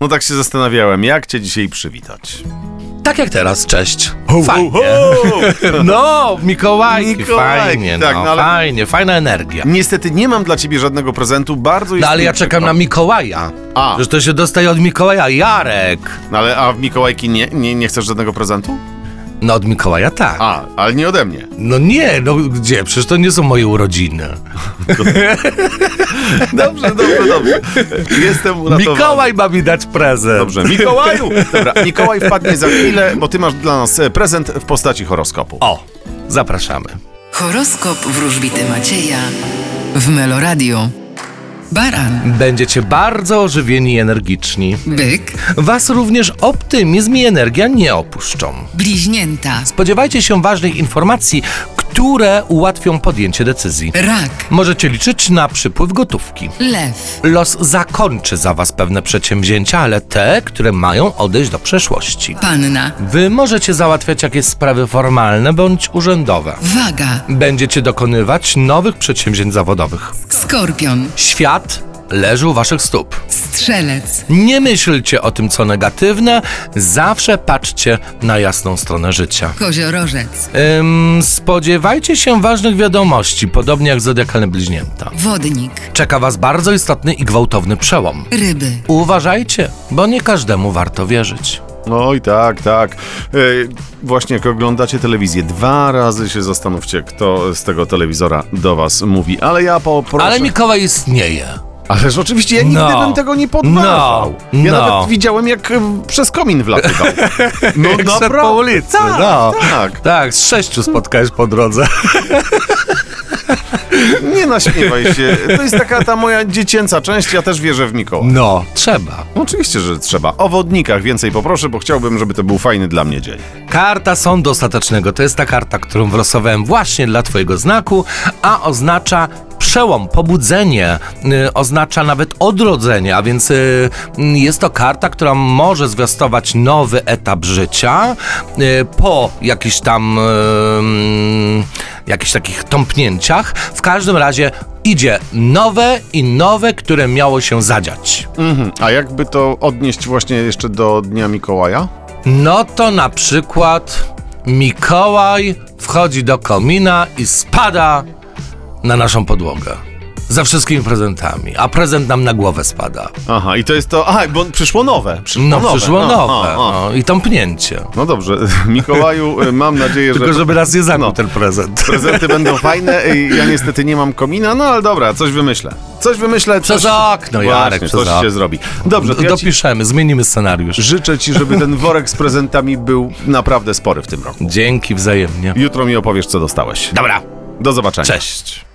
No tak się zastanawiałem, jak cię dzisiaj przywitać. Tak jak teraz, cześć. Ho, Fajnie. ho! No, Mikołajki, Mikołajki, fajnie, tak, no, no ale- fajnie, fajna energia. Niestety nie mam dla ciebie żadnego prezentu, bardzo jest No ale mi ja czekam przykro. na Mikołaja. A. Że to się dostaje od Mikołaja. Jarek. No ale a w Mikołajki nie, nie, nie chcesz żadnego prezentu? No od Mikołaja tak. A, ale nie ode mnie. No nie, no gdzie? Przecież to nie są moje urodziny. Dobrze, No dobrze, dobrze. Jestem uratowany. Mikołaj ma mi dać prezent. Dobrze, Mikołaju! Dobra, Mikołaj wpadnie za chwilę, bo ty masz dla nas e, prezent w postaci horoskopu. O, zapraszamy. Horoskop wróżbity Macieja w Meloradio. Baran, Będziecie bardzo ożywieni i energiczni. byk, Was również optymizm i energia nie opuszczą. bliźnięta, Spodziewajcie się ważnych informacji, które ułatwią podjęcie decyzji. rak, Możecie liczyć na przypływ gotówki. lew, Los zakończy za Was pewne przedsięwzięcia, ale te, które mają odejść do przeszłości. panna, Wy możecie załatwiać jakieś sprawy formalne bądź urzędowe. waga, Będziecie dokonywać nowych przedsięwzięć zawodowych. skorpion, Świat leży u Waszych stóp. strzelec, Nie myślcie o tym, co negatywne, zawsze patrzcie na jasną stronę życia. koziorożec, Ym, spodziewajcie się ważnych wiadomości, podobnie jak zodiakalne bliźnięta. wodnik, Czeka Was bardzo istotny i gwałtowny przełom. ryby, Uważajcie, bo nie każdemu warto wierzyć. Oj, tak, tak. E, właśnie jak oglądacie telewizję, dwa razy się zastanówcie, kto z tego telewizora do was mówi. Ale ja poproszę... Ale Mikołaj istnieje. Ależ oczywiście ja nigdy No. bym tego nie podważał. No, Ja no. nawet widziałem, jak e, przez komin wlatywał. No szedł naprawdę. po ulicy, Tak, no. tak. Tak, z sześciu spotkałeś po drodze. Nie naśmiewaj się. To jest taka ta moja dziecięca część, ja też wierzę w Mikołaja. No, trzeba. Oczywiście, że trzeba. O wodnikach więcej poproszę, bo chciałbym, żeby to był fajny dla mnie dzień. Karta sądu ostatecznego to jest ta karta, którą wylosowałem właśnie dla Twojego znaku, a oznacza przełom, pobudzenie, y, oznacza nawet odrodzenie, a więc y, y, jest to karta, która może zwiastować nowy etap życia y, po jakichś tam y, jakichś takich tąpnięciach. W każdym razie idzie nowe i nowe, które miało się zadziać. Mhm. A jakby to odnieść właśnie jeszcze do Dnia Mikołaja? No to na przykład Mikołaj wchodzi do komina i spada na naszą podłogę. Za wszystkimi prezentami, a prezent nam na głowę spada. Aha, i to jest to... A, bo przyszło nowe. Przyszło No, nowe. przyszło No, nowe. o, o. No, I tąpnięcie. No dobrze, Mikołaju, e, mam nadzieję, Tylko, że... żeby nas nie zabił No. ten prezent. Prezenty będą fajne. Ej, Ja niestety nie mam komina, no ale dobra, coś wymyślę. Coś wymyślę. Coś... Przez okno, Jarek, Właśnie, przez coś okno. się zrobi. Dobrze, to ja ci Dopiszemy, zmienimy scenariusz. życzę ci, żeby ten worek z prezentami był naprawdę spory w tym roku. Dzięki wzajemnie. Jutro mi opowiesz, co dostałeś. Dobra, Do zobaczenia. cześć.